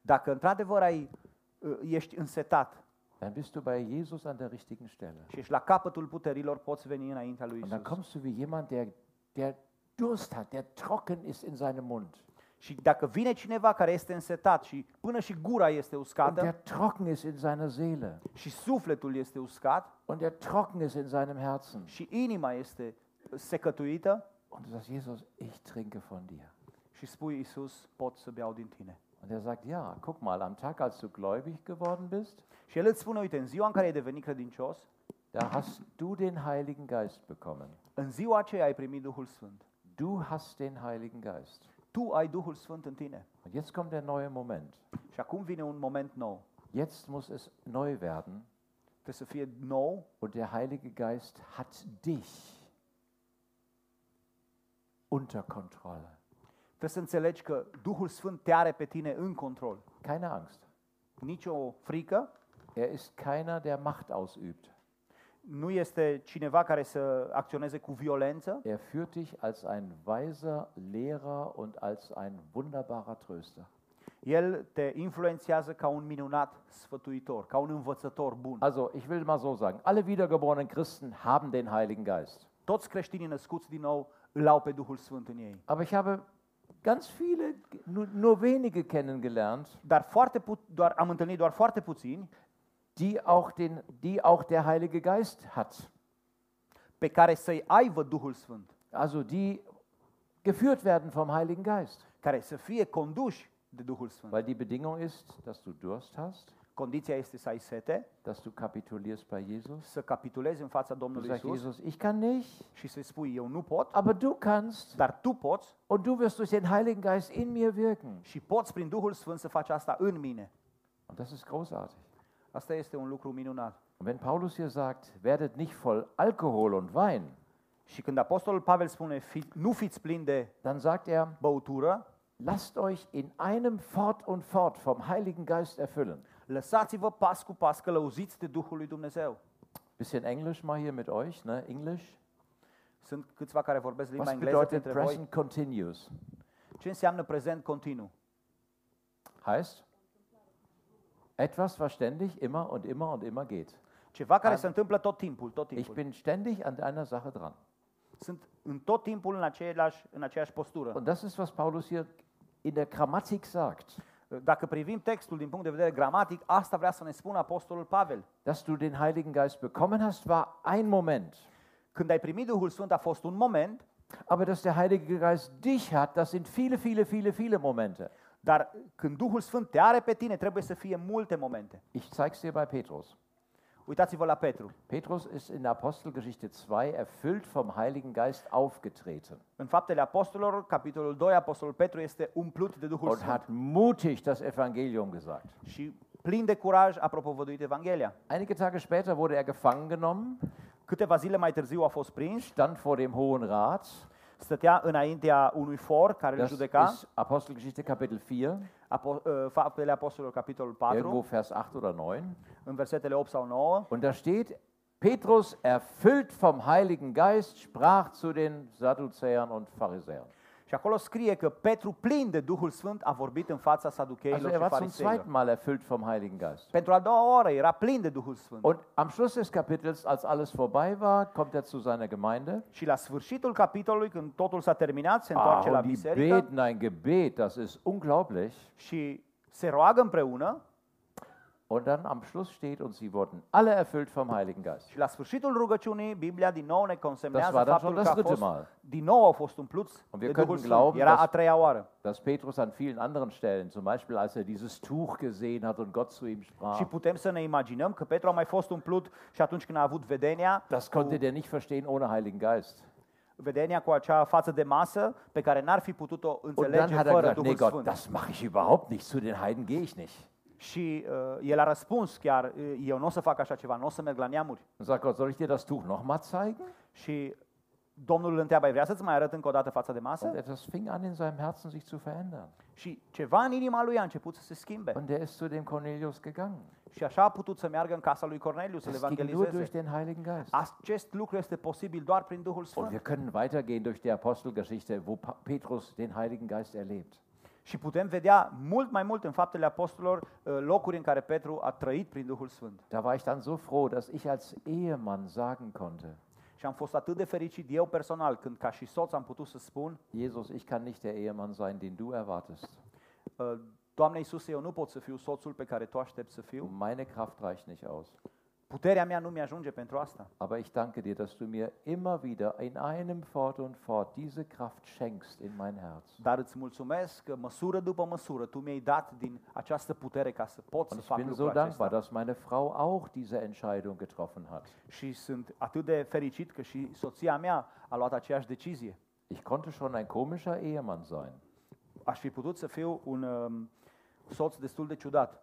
Speaker 2: Dacă într-adevăr ai, uh, ești însetat
Speaker 1: dann bist du bei Jesus an der richtigen Stelle.
Speaker 2: și ești la capătul puterilor, poți veni înaintea lui
Speaker 1: Und dann
Speaker 2: Isus.
Speaker 1: kommst du wie jemand, der, der Durst hat, der trocken ist in seinem Mund.
Speaker 2: Și dacă vine cineva care este însetat și până și gura este
Speaker 1: Und
Speaker 2: uscată
Speaker 1: der trocken ist in seiner Seele.
Speaker 2: și sufletul este uscat
Speaker 1: Und der trocken ist in seinem Herzen.
Speaker 2: și inima este uh, secătuită
Speaker 1: Und du sagst, Jesus, ich trinke von dir.
Speaker 2: și spui Isus, pot să beau din tine.
Speaker 1: Und er sagt, ja, guck mal, am Tag, als du gläubig geworden bist,
Speaker 2: Și el îți spune, uite, în ziua în care ai devenit credincios,
Speaker 1: da hast du den Heiligen Geist bekommen.
Speaker 2: în ziua aceea ai primit Duhul Sfânt.
Speaker 1: Du hast den Heiligen Geist.
Speaker 2: Tu ai Duhul Sfânt în tine.
Speaker 1: Und jetzt kommt der neue Moment.
Speaker 2: Și acum vine un moment nou.
Speaker 1: Jetzt muss es neu werden
Speaker 2: Trebuie să fie nou
Speaker 1: und der Heilige Geist hat dich unter Kontrolle.
Speaker 2: Trebuie să înțelegi că Duhul Sfânt te are pe tine în control.
Speaker 1: Keine Angst.
Speaker 2: Nici o frică,
Speaker 1: Er ist keiner, der Macht ausübt.
Speaker 2: nu este cineva care să acționeze cu violență,
Speaker 1: Er führt dich als ein weiser Lehrer und als ein wunderbarer Tröster.
Speaker 2: El te influențează ca un minunat sfătuitor, ca un învățător bun.
Speaker 1: Also, ich will mal so sagen, alle wiedergeborenen Christen haben den Heiligen Geist.
Speaker 2: Toți creștinii născuți din nou îl au pe Duhul Sfânt în ei.
Speaker 1: Aber ich habe ganz viele, nur, nur wenige kennengelernt,
Speaker 2: Dar foarte put- doar, am întâlnit doar foarte puțini
Speaker 1: die auch, den, die auch der Heilige Geist hat.
Speaker 2: pe care să-i aibă Duhul Sfânt,
Speaker 1: Also die geführt werden vom Heiligen Geist.
Speaker 2: care să fie conduși de Duhul Sfânt.
Speaker 1: Weil die Bedingung ist, dass du Durst hast,
Speaker 2: Condiția este să ai sete,
Speaker 1: dass du kapitulierst bei Jesus.
Speaker 2: să capitulezi în fața
Speaker 1: Du
Speaker 2: Domnului
Speaker 1: sagst,
Speaker 2: Isus
Speaker 1: Jesus, ich kann nicht,
Speaker 2: și să-i spui, eu nu pot,
Speaker 1: aber du kannst.
Speaker 2: dar tu poți
Speaker 1: Und du wirst durch den Heiligen Geist in mir wirken.
Speaker 2: Și poți prin Duhul Sfânt să faci asta în mine.
Speaker 1: Und das ist großartig.
Speaker 2: Asta este un lucru minunat.
Speaker 1: Und wenn Paulus hier sagt, werdet nicht voll Alkohol und Wein,
Speaker 2: Și când Apostolul Pavel spune, "Fi- nu fiți plini de
Speaker 1: dann sagt er,
Speaker 2: băutură,
Speaker 1: lasst euch in einem fort und fort vom Heiligen Geist erfüllen.
Speaker 2: lăsați-vă pas cu pas călăuziți de Duhul lui Dumnezeu.
Speaker 1: Bisschen Englisch mal hier mit euch, ne? Englisch.
Speaker 2: Sunt câțiva care vorbesc limba
Speaker 1: Was
Speaker 2: engleză
Speaker 1: bedeutet
Speaker 2: dintre voi.
Speaker 1: present continuous?
Speaker 2: Ce înseamnă prezent continuu?
Speaker 1: Heißt, etwas, was ständig immer und immer und immer geht.
Speaker 2: Ceva care
Speaker 1: Am-
Speaker 2: se întâmplă tot timpul, tot
Speaker 1: Ich
Speaker 2: timpul.
Speaker 1: bin ständig an einer Sache dran.
Speaker 2: Sunt în tot timpul în, aceeași, în aceeași postură.
Speaker 1: Und das ist, was Paulus hier in der Grammatik sagt,
Speaker 2: Dacă privim textul din punct de vedere gramatic, asta vrea să ne spună Apostolul Pavel.
Speaker 1: dass du den Heiligen Geist bekommen hast, war ein Moment.
Speaker 2: Când ai primit Duhul Sfânt a fost un moment,
Speaker 1: Aber dass der Heilige Geist dich hat, das sind viele, viele, viele, viele Momente.
Speaker 2: Dar când Duhul Sfânt te are pe tine, trebuie să fie multe momente.
Speaker 1: Ich zeige es dir bei Petrus.
Speaker 2: Uitați-vă la Petru.
Speaker 1: Petrus ist in Apostelgeschichte 2 erfüllt vom Heiligen Geist aufgetreten
Speaker 2: În Faptele Apostolilor, capitolul 2, Apostolul Petru este umplut de Duhul
Speaker 1: und
Speaker 2: Sfânt
Speaker 1: hat mutig das Evangelium gesagt.
Speaker 2: și plin de curaj a propovăduit Evanghelia.
Speaker 1: Einige Tage später wurde er gefangen genommen,
Speaker 2: Câteva zile mai târziu a fost prins,
Speaker 1: stand vor dem Hohen Rat.
Speaker 2: stătea înaintea unui for care îl
Speaker 1: Das
Speaker 2: judeca,
Speaker 1: ist Apostelgeschichte Kapitel 4,
Speaker 2: Apo- uh, Faptele Apostolilor, capitolul 4,
Speaker 1: irgendwo Vers 8 oder 9.
Speaker 2: în versetele 8 sau 9.
Speaker 1: Und da steht, Petrus, erfüllt vom Heiligen Geist, sprach zu den Sadduzäern und Pharisäern.
Speaker 2: Și acolo scrie că Petru, plin de Duhul Sfânt, a vorbit în fața
Speaker 1: Also
Speaker 2: saducheilor
Speaker 1: er
Speaker 2: și
Speaker 1: war zum
Speaker 2: fariseilor.
Speaker 1: zweiten Mal erfüllt vom Heiligen Geist.
Speaker 2: Pentru a doua oră era plin de Duhul Sfânt.
Speaker 1: Und am Schluss des Kapitels, als alles vorbei war, kommt er zu seiner Gemeinde.
Speaker 2: Și la sfârșitul capitolului, când totul s-a terminat, se
Speaker 1: Ah,
Speaker 2: întoarce la
Speaker 1: und die
Speaker 2: biserică
Speaker 1: beten ein Gebet, das ist unglaublich.
Speaker 2: și se roagă împreună
Speaker 1: Und dann am Schluss steht, und sie wurden alle erfüllt vom Heiligen Geist.
Speaker 2: și la sfârșitul rugăciunii, Biblia din nou ne
Speaker 1: Das
Speaker 2: consemnează
Speaker 1: war dann
Speaker 2: faptul
Speaker 1: schon
Speaker 2: că
Speaker 1: das
Speaker 2: a
Speaker 1: dritte
Speaker 2: fost,
Speaker 1: Mal.
Speaker 2: din nou au fost umpluți
Speaker 1: Und
Speaker 2: de
Speaker 1: wir
Speaker 2: Duhul
Speaker 1: können
Speaker 2: Sfânt.
Speaker 1: glauben,
Speaker 2: Era
Speaker 1: dass-
Speaker 2: a treia oară.
Speaker 1: Dass Petrus an vielen anderen Stellen, zum Beispiel als er dieses Tuch gesehen hat und Gott zu ihm sprach,
Speaker 2: Și putem să ne imaginăm că Petru a mai fost umplut și atunci când a avut vedenia,
Speaker 1: das konnte der nicht verstehen ohne Heiligen Geist.
Speaker 2: vedenia cu acea față de masă pe care n-ar fi putut-o
Speaker 1: Und
Speaker 2: înțelege
Speaker 1: dann hat er
Speaker 2: fără
Speaker 1: gesagt, nee
Speaker 2: Duhul
Speaker 1: Gott,
Speaker 2: Sfânt.
Speaker 1: das mache ich überhaupt nicht, zu den Heiden gehe ich nicht.
Speaker 2: Și uh, el a răspuns chiar, "Uh, eu nu o să fac așa ceva, nu o să merg la neamuri.
Speaker 1: Und sagt Gott, soll ich dir das Tuch nochmal zeigen?
Speaker 2: Și Domnul îl întreabă, "Ai vrea să-ți mai arăt încă o dată fața de masă?
Speaker 1: Und etwas fing an in seinem Herzen sich zu verändern.
Speaker 2: Și ceva în inima lui a început să se schimbe.
Speaker 1: Und er ist zu dem Cornelius gegangen.
Speaker 2: Și așa a putut să meargă în casa lui Corneliu, să-l
Speaker 1: Das ging nur durch
Speaker 2: evangelizeze.
Speaker 1: den Heiligen Geist.
Speaker 2: Acest lucru este posibil doar prin Duhul
Speaker 1: Und
Speaker 2: Sfânt.
Speaker 1: wir können weitergehen durch die Apostelgeschichte, wo Pa- Petrus den Heiligen Geist erlebt.
Speaker 2: Și putem vedea mult mai mult în faptele apostolilor uh, locuri în care Petru a trăit prin Duhul Sfânt.
Speaker 1: Da war ich dann so froh, dass ich als Ehemann sagen konnte,
Speaker 2: Și am fost atât de fericit eu personal când ca și soț am putut să spun,
Speaker 1: Jesus, ich kann nicht der Ehemann sein, den du erwartest.
Speaker 2: uh, Doamne Iisuse, eu nu pot să fiu soțul pe care Tu aștepți să fiu.
Speaker 1: Meine Kraft reicht nicht aus.
Speaker 2: Puterea mea nu mi-ajunge pentru asta.
Speaker 1: Aber ich danke dir, dass du mir immer wieder in einem Fort und Fort diese Kraft schenkst in mein Herz.
Speaker 2: Dar îți mulțumesc că măsură după măsură Tu mi-ai dat din această putere ca să pot
Speaker 1: Und
Speaker 2: să
Speaker 1: ich
Speaker 2: fac
Speaker 1: bin so
Speaker 2: lucrul
Speaker 1: dankbar,
Speaker 2: acesta.
Speaker 1: dass meine Frau auch diese Entscheidung getroffen hat.
Speaker 2: Și sunt atât de fericit că și soția mea a luat aceeași decizie.
Speaker 1: Ich konnte schon ein komischer Ehemann sein.
Speaker 2: Aș fi putut să fiu un um, soț destul de ciudat.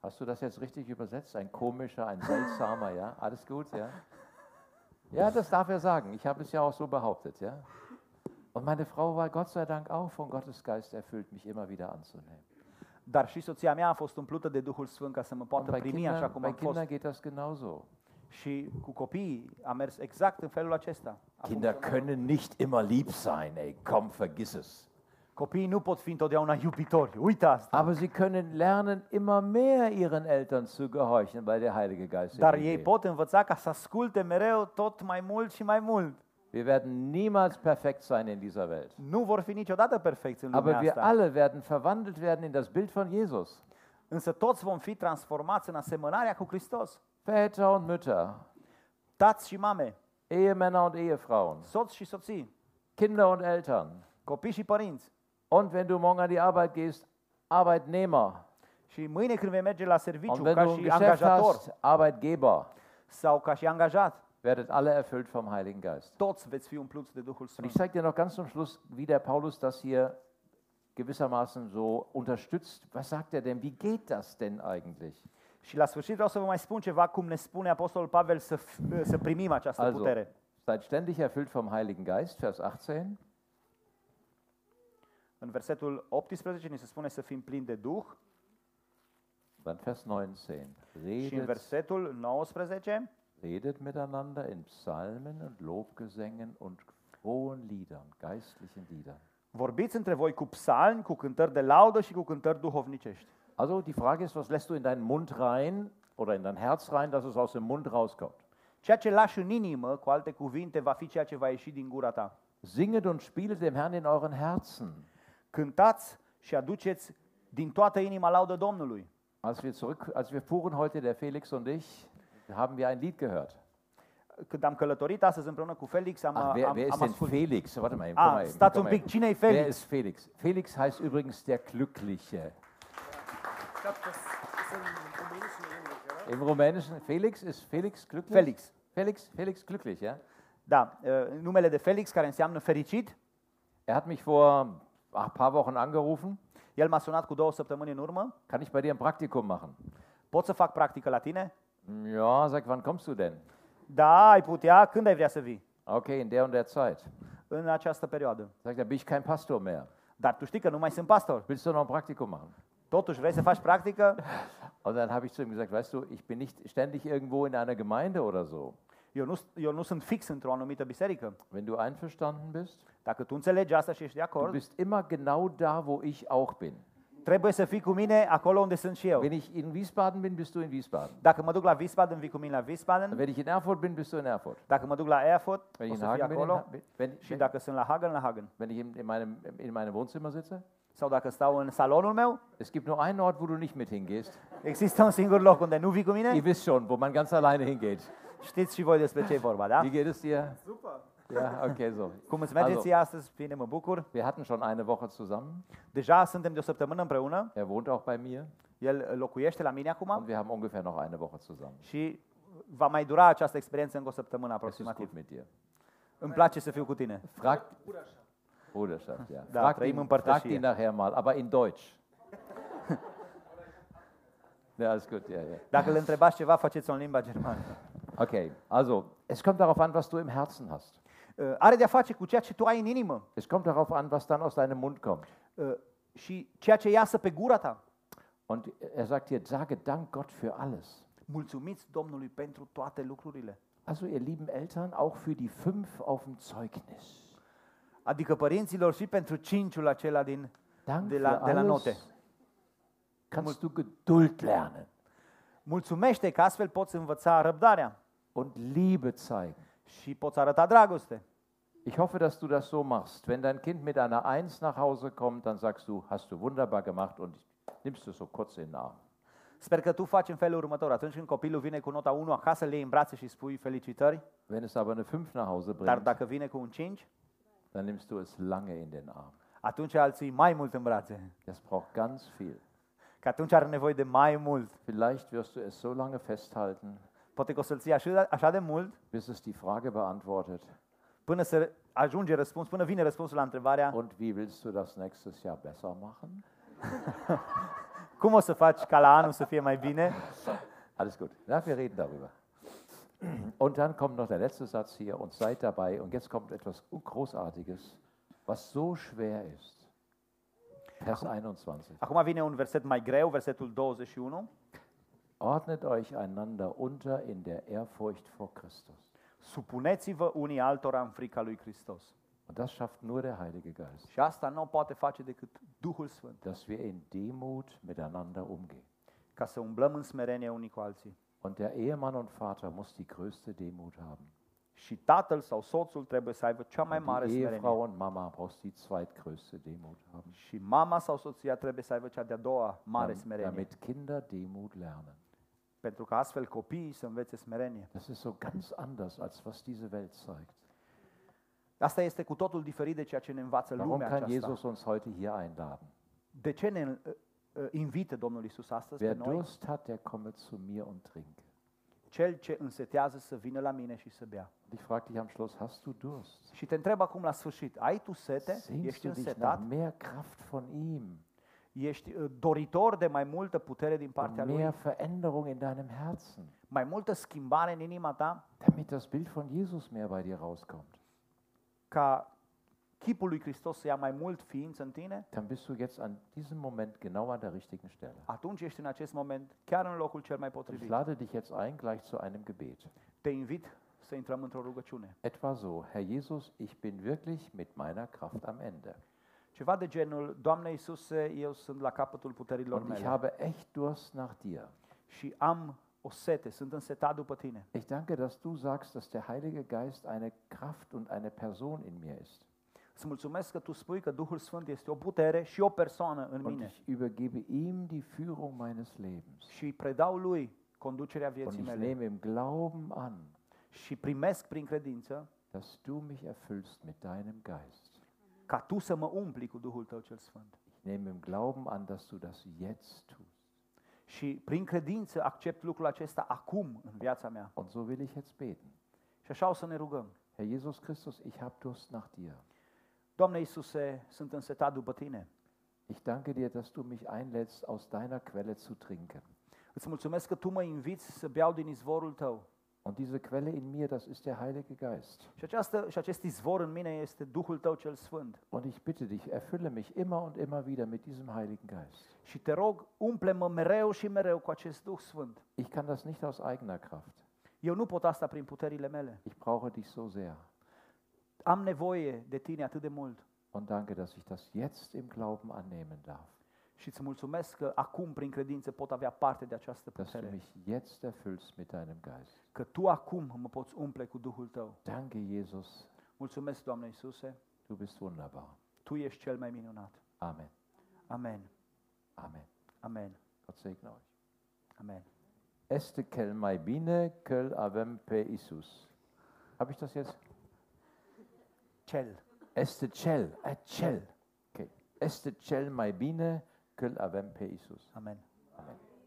Speaker 1: Hast du das jetzt richtig übersetzt? Ein komischer, ein seltsamer, ja? Alles gut, ja? Ja, das darf er sagen. Ich habe es ja auch so behauptet, ja? Und meine Frau war Gott sei Dank auch von Gottes Geist erfüllt, mich immer wieder anzunehmen.
Speaker 2: Dar și soția mea a fost umplută de Duhul Sfânt ca să mă
Speaker 1: Und
Speaker 2: poată
Speaker 1: bei
Speaker 2: primi așa
Speaker 1: Kindern,
Speaker 2: cum
Speaker 1: bei
Speaker 2: am fost.
Speaker 1: Kindern geht das genauso.
Speaker 2: Și cu copiii a mers exact în felul acesta. A
Speaker 1: Kinder
Speaker 2: funcționat.
Speaker 1: können nicht immer lieb sein, ey, komm, vergiss es.
Speaker 2: Copiii nu pot fi întotdeauna iubitori. Uita asta.
Speaker 1: Aber sie können lernen, immer mehr ihren Eltern zu gehorchen, weil der Heilige Geist in
Speaker 2: Dar
Speaker 1: ihnen
Speaker 2: ei
Speaker 1: lebt.
Speaker 2: pot învăța ca să asculte mereu tot mai mult și mai mult.
Speaker 1: Wir werden niemals perfekt sein in dieser Welt.
Speaker 2: Nu vor fi niciodată perfecți în lumea
Speaker 1: Aber wir
Speaker 2: asta.
Speaker 1: alle werden verwandelt werden in das Bild von Jesus.
Speaker 2: Însă toți vom fi transformați în asemănarea cu Hristos.
Speaker 1: Väter und Mütter,
Speaker 2: Tați și mame,
Speaker 1: Ehemänner und Ehefrauen,
Speaker 2: soți și soții,
Speaker 1: Kinder und Eltern.
Speaker 2: copii și părinți.
Speaker 1: Und wenn du morgen an die Arbeit gehst, Arbeitnehmer.
Speaker 2: Și mâine când vei merge la
Speaker 1: Und
Speaker 2: serviciu
Speaker 1: wenn
Speaker 2: ca
Speaker 1: du ein
Speaker 2: și
Speaker 1: Geschäft
Speaker 2: angajator
Speaker 1: hast, Arbeitgeber.
Speaker 2: sau ca și angajat,
Speaker 1: Werdet alle erfüllt vom Heiligen Geist.
Speaker 2: toți veți fi umpluți de Duhul
Speaker 1: Und ich
Speaker 2: Sfânt.
Speaker 1: zeige dir noch ganz zum Schluss, wie der Paulus das hier gewissermaßen so unterstützt. Was sagt er denn? Wie geht das denn eigentlich?
Speaker 2: Și la sfârșit vreau să vă mai spun ceva cum ne spune Apostolul Pavel să, f- să primim această
Speaker 1: Also,
Speaker 2: putere.
Speaker 1: seid ständig erfüllt vom Heiligen Geist, Vers 18.
Speaker 2: În versetul 18 ni se spune să fim plini de Duh
Speaker 1: Dann Vers 19.
Speaker 2: și în
Speaker 1: Redet,
Speaker 2: versetul 19
Speaker 1: redet miteinander in Psalmen und Lobgesängen und frohen Liedern, geistlichen Liedern.
Speaker 2: vorbiți între voi cu psalmi, cu cântări de laudă și cu cântări duhovnicești.
Speaker 1: Also die Frage ist, was lässt du in deinen Mund rein oder in dein Herz rein, dass es aus dem Mund rauskommt?
Speaker 2: Ceea ce lași în inimă, cu alte cuvinte, va fi ceea ce va ieși din gura ta.
Speaker 1: Singet und spielet dem Herrn in euren Herzen.
Speaker 2: Cântați și aduceți din toată inima laudă Domnului.
Speaker 1: Als wir zurück, als wir fuhren heute, der Felix und ich, haben wir ein Lied gehört.
Speaker 2: Când am călătorit astăzi împreună cu Felix, am,
Speaker 1: Ach, wer,
Speaker 2: am,
Speaker 1: wer ist
Speaker 2: am
Speaker 1: denn
Speaker 2: ascultat.
Speaker 1: Felix? Warte mal, eben,
Speaker 2: Ah,
Speaker 1: komm mal eben,
Speaker 2: Stadt
Speaker 1: komm
Speaker 2: und
Speaker 1: mal eben.
Speaker 2: Big Cine
Speaker 1: Wer
Speaker 2: Felix.
Speaker 1: ist Felix? Felix heißt übrigens der Glückliche.
Speaker 3: Ich glaube, das ist im Rumänischen ähnlich, oder?
Speaker 1: Im Rumänischen Felix ist Felix glücklich.
Speaker 2: Felix.
Speaker 1: Felix, Felix glücklich, ja.
Speaker 2: Da, uh, numele de Felix, care înseamnă fericit,
Speaker 1: Er hat mich vor ein paar Wochen angerufen.
Speaker 2: el m-a sunat cu două săptămâni în urmă.
Speaker 1: Kann ich bei dir ein Praktikum machen?
Speaker 2: Pot să fac practică la tine?
Speaker 1: Ja, sag, wann kommst du denn?
Speaker 2: Da, ai putea, când ai vrea să vii?
Speaker 1: Okay, in der und der Zeit.
Speaker 2: În această perioadă.
Speaker 1: Sagt er, bin ich kein Pastor mehr.
Speaker 2: Dar tu știi că nu mai sunt pastor.
Speaker 1: Willst du noch ein Praktikum machen?
Speaker 2: Totuși, vrei să faci practică?
Speaker 1: Und dann habe ich zu ihm gesagt, weißt du, ich bin nicht ständig irgendwo in einer Gemeinde oder so.
Speaker 2: Eu nu, eu nu sunt fix într-o anumită biserică.
Speaker 1: Wenn du einverstanden bist,
Speaker 2: Dacă tu înțelegi asta și ești de
Speaker 1: du
Speaker 2: acord,
Speaker 1: bist immer genau da, wo ich auch bin.
Speaker 2: trebuie să fii cu mine acolo unde sunt și eu.
Speaker 1: Wenn ich in Wiesbaden bin, bist du in Wiesbaden.
Speaker 2: Dacă mă duc la Wiesbaden, vii cu mine la Wiesbaden.
Speaker 1: Wenn ich in Erfurt bin, bist du in Erfurt.
Speaker 2: Dacă mă duc la Erfurt,
Speaker 1: Wenn
Speaker 2: o
Speaker 1: ich in
Speaker 2: să fii
Speaker 1: Hagen bin, in,
Speaker 2: acolo.
Speaker 1: Ha- wenn,
Speaker 2: Și
Speaker 1: wenn,
Speaker 2: dacă sunt la Hagen, la Hagen.
Speaker 1: wenn ich in, in, meinem, in meinem Wohnzimmer sitze.
Speaker 2: Sau dacă stau în salonul meu,
Speaker 1: Es gibt nur einen Ort, wo du nicht mit hingehst.
Speaker 2: există un singur loc unde nu vii cu mine.
Speaker 1: Ihr wisst schon, wo man ganz alleine hingeht.
Speaker 2: Știți și voi despre ce e vorba, da?
Speaker 1: Wie geht es dir?
Speaker 3: Super.
Speaker 1: Ja, okay, so.
Speaker 2: Cum îți merge
Speaker 1: Also,
Speaker 2: ție astăzi? Bine, mă bucur.
Speaker 1: wir hatten schon eine Woche zusammen.
Speaker 2: Deja suntem de o săptămână împreună.
Speaker 1: Er wohnt auch bei mir.
Speaker 2: El locuiește la mine
Speaker 1: Und
Speaker 2: acum
Speaker 1: wir haben ungefähr noch eine Woche zusammen.
Speaker 2: și va mai dura această experiență încă o săptămână
Speaker 1: Es ist
Speaker 2: aproximativ.
Speaker 1: gut mit dir.
Speaker 2: Îmi place să fiu cu tine.
Speaker 1: Fragt Bruderschaft, ja.
Speaker 2: Da,
Speaker 1: Fragt
Speaker 2: drei
Speaker 1: ihn,
Speaker 2: Mann
Speaker 1: fragt
Speaker 2: Partnerschie.
Speaker 1: ihn nachher mal, aber in Deutsch. <laughs> ja, ist gut, ja, ja.
Speaker 2: Dacă le întrebați ceva, faceți-o în limba
Speaker 1: <laughs>
Speaker 2: germană.
Speaker 1: Okay, also es kommt darauf an, was du im Herzen hast.
Speaker 2: Uh, Are de-a face cu ceea ce tu ai în inimă
Speaker 1: Es kommt darauf an, was dann aus deinem Mund kommt.
Speaker 2: uh, și ceea ce iasă pe gura ta.
Speaker 1: Und er sagt dir, sage Dank Gott für alles.
Speaker 2: Mulțumiți Domnului pentru toate lucrurile.
Speaker 1: Also ihr lieben Eltern, auch für die fünf auf dem Zeugnis.
Speaker 2: Adică părinților și pentru cinciul acela din...
Speaker 1: Dank
Speaker 2: De la-
Speaker 1: für
Speaker 2: de la
Speaker 1: alles.
Speaker 2: Note.
Speaker 1: Kannst du Geduld lernen
Speaker 2: Mulțumește că astfel poți învăța răbdarea
Speaker 1: und Liebe zeigen.
Speaker 2: și poți arăta dragoste.
Speaker 1: Ich hoffe, dass du das so machst. Wenn dein Kind mit einer Eins nach Hause kommt, dann sagst du, hast du wunderbar gemacht und nimmst es so kurz in den Arm.
Speaker 2: Sper că tu faci în felul următor. Atunci când copilul vine cu nota 1 acasă, le iei în brațe și spui felicitări,
Speaker 1: Wenn es aber eine Fünf nach Hause
Speaker 2: dar
Speaker 1: bringt,
Speaker 2: dacă vine cu un 5,
Speaker 1: dann nimmst du es lange in den Arm.
Speaker 2: atunci îl ții mai mult în brațe.
Speaker 1: Das braucht ganz viel.
Speaker 2: Că atunci are nevoie de mai mult.
Speaker 1: Vielleicht wirst du es so lange festhalten,
Speaker 2: Poate că o să-l ții așa, așa de mult
Speaker 1: bis es die Frage beantwortet.
Speaker 2: până să ajunge răspuns, până vine răspunsul la întrebarea
Speaker 1: Und wie willst du das nächstes Jahr besser machen?
Speaker 2: cum o să faci ca la anul să fie mai bine.
Speaker 1: Alles gut. Na, wir reden darüber. Und dann kommt noch der letzte Satz hier und seid dabei. Und jetzt kommt etwas Großartiges, was so schwer ist. Vers 21.
Speaker 2: Acum vine un verset mai greu, versetul 21.
Speaker 1: Ordnet euch einander unter in der Ehrfurcht vor Christus.
Speaker 2: Supuneți-vă unii altora în frica lui Hristos.
Speaker 1: Und das schafft nur der Heilige Geist,
Speaker 2: Și asta nu o poate face decât Duhul Sfânt,
Speaker 1: dass wir in Demut miteinander umgehen.
Speaker 2: ca să umblăm în smerenie unii cu alții.
Speaker 1: Und der Ehemann und Vater muss die größte Demut haben.
Speaker 2: Și tatăl sau soțul trebuie să aibă cea mai mare
Speaker 1: Und die
Speaker 2: smerenie.
Speaker 1: Ehefrau und Mama brauchst die zweitgrößte Demut haben,
Speaker 2: Și mama sau soția trebuie să aibă cea de-a doua mare
Speaker 1: dam-
Speaker 2: smerenie.
Speaker 1: damit Kinder Demut lernen.
Speaker 2: Pentru că astfel copiii să învețe smerenie.
Speaker 1: Das ist so ganz anders, als was diese Welt zeigt.
Speaker 2: Asta este cu totul diferit de ceea ce ne învață
Speaker 1: Warum
Speaker 2: lumea
Speaker 1: kann
Speaker 2: aceasta.
Speaker 1: Jesus uns heute hier einladen?
Speaker 2: De ce ne uh, uh, invită Domnul Isus astăzi pe
Speaker 1: Wer
Speaker 2: noi?
Speaker 1: Durst hat, der komme zu mir und trinke.
Speaker 2: Cel ce însetează să vină la mine și să bea.
Speaker 1: Und Ich frage dich am Schluss, hast du Durst?
Speaker 2: Și te întreb acum la sfârșit, ai tu sete?
Speaker 1: Sehnst
Speaker 2: Ești
Speaker 1: du dich nach
Speaker 2: însetat?
Speaker 1: mehr Kraft von ihm?
Speaker 2: Ești uh, doritor de mai multă putere din
Speaker 1: Und
Speaker 2: partea lui?
Speaker 1: mehr Veränderung in deinem Herzen,
Speaker 2: Mai multă schimbare în inima ta?
Speaker 1: damit das Bild von Jesus mehr bei dir rauskommt?
Speaker 2: Ca chipul lui Hristos să ia mai mult ființă în tine?
Speaker 1: Dann bist du jetzt an diesem Moment genau an der richtigen Stelle.
Speaker 2: Atunci ești în acest moment chiar în locul cel mai
Speaker 1: Und ich
Speaker 2: potrivit.
Speaker 1: lade dich jetzt ein gleich zu einem Gebet.
Speaker 2: Te invit să intrăm într-o rugăciune.
Speaker 1: Etwa so, Herr Jesus, ich bin wirklich mit meiner Kraft am Ende.
Speaker 2: Ceva de genul, Doamne Iisuse, eu sunt la capătul puterilor
Speaker 1: Und ich
Speaker 2: mele
Speaker 1: habe echt Durst nach dir.
Speaker 2: și am o sete, sunt însetat după Tine.
Speaker 1: Ich danke, dass du sagst, dass der Heilige Geist eine Kraft und eine Person in mir ist.
Speaker 2: Îți mulțumesc că Tu spui că Duhul Sfânt este o putere și o persoană în
Speaker 1: Und
Speaker 2: mine
Speaker 1: ich übergebe ihm die Führung meines Lebens.
Speaker 2: și îi predau Lui conducerea
Speaker 1: Und
Speaker 2: vieții
Speaker 1: ich
Speaker 2: mele
Speaker 1: nehme im Glauben an,
Speaker 2: și primesc prin credință
Speaker 1: dass du mich erfüllst mit deinem Geist.
Speaker 2: ca Tu să mă umpli cu Duhul Tău cel Sfânt.
Speaker 1: Ich nehme im Glauben an, dass du das jetzt tust.
Speaker 2: Și prin credință accept lucrul acesta acum în viața mea.
Speaker 1: Und so will ich jetzt beten.
Speaker 2: Și așa o să ne rugăm.
Speaker 1: Herr Jesus Christus, ich habe Durst nach dir.
Speaker 2: Doamne Iisuse, sunt însetat după Tine.
Speaker 1: Ich danke dir, dass du mich einlädst, aus deiner Quelle zu trinken.
Speaker 2: Îți mulțumesc că Tu mă inviți să beau din izvorul Tău.
Speaker 1: Und diese Quelle in mir, das ist der Heilige Geist.
Speaker 2: Și, această, și acest izvor în mine este Duhul Tău cel Sfânt.
Speaker 1: Und ich bitte dich, erfülle mich immer und immer wieder mit diesem Heiligen Geist.
Speaker 2: Și te rog, umple-mă mereu și mereu cu acest Duh Sfânt.
Speaker 1: Ich kann das nicht aus eigener Kraft.
Speaker 2: Eu nu pot asta prin puterile mele.
Speaker 1: Ich brauche dich so sehr
Speaker 2: Am nevoie de tine atât de mult.
Speaker 1: und danke, dass ich das jetzt im Glauben annehmen darf,
Speaker 2: Și îți mulțumesc că acum, prin credință, pot avea parte de această
Speaker 1: dass du
Speaker 2: putere.
Speaker 1: mich jetzt erfüllst mit deinem Geist.
Speaker 2: Că tu acum mă poți umple cu Duhul tău.
Speaker 1: Danke, Jesus,
Speaker 2: Mulțumesc, Doamne Iisuse,
Speaker 1: du bist wunderbar.
Speaker 2: Tu ești cel mai minunat.
Speaker 1: Amen.
Speaker 2: Amen.
Speaker 1: Amen.
Speaker 2: Amen.
Speaker 1: Gott segne euch.
Speaker 2: Amen.
Speaker 1: Este cel mai bine că avem pe Isus. Habe ich das jetzt?
Speaker 2: Cel.
Speaker 1: Este cel, a cel. Okay. Este cel mai bine că avem pe Isus.
Speaker 2: Amen.
Speaker 1: Amen.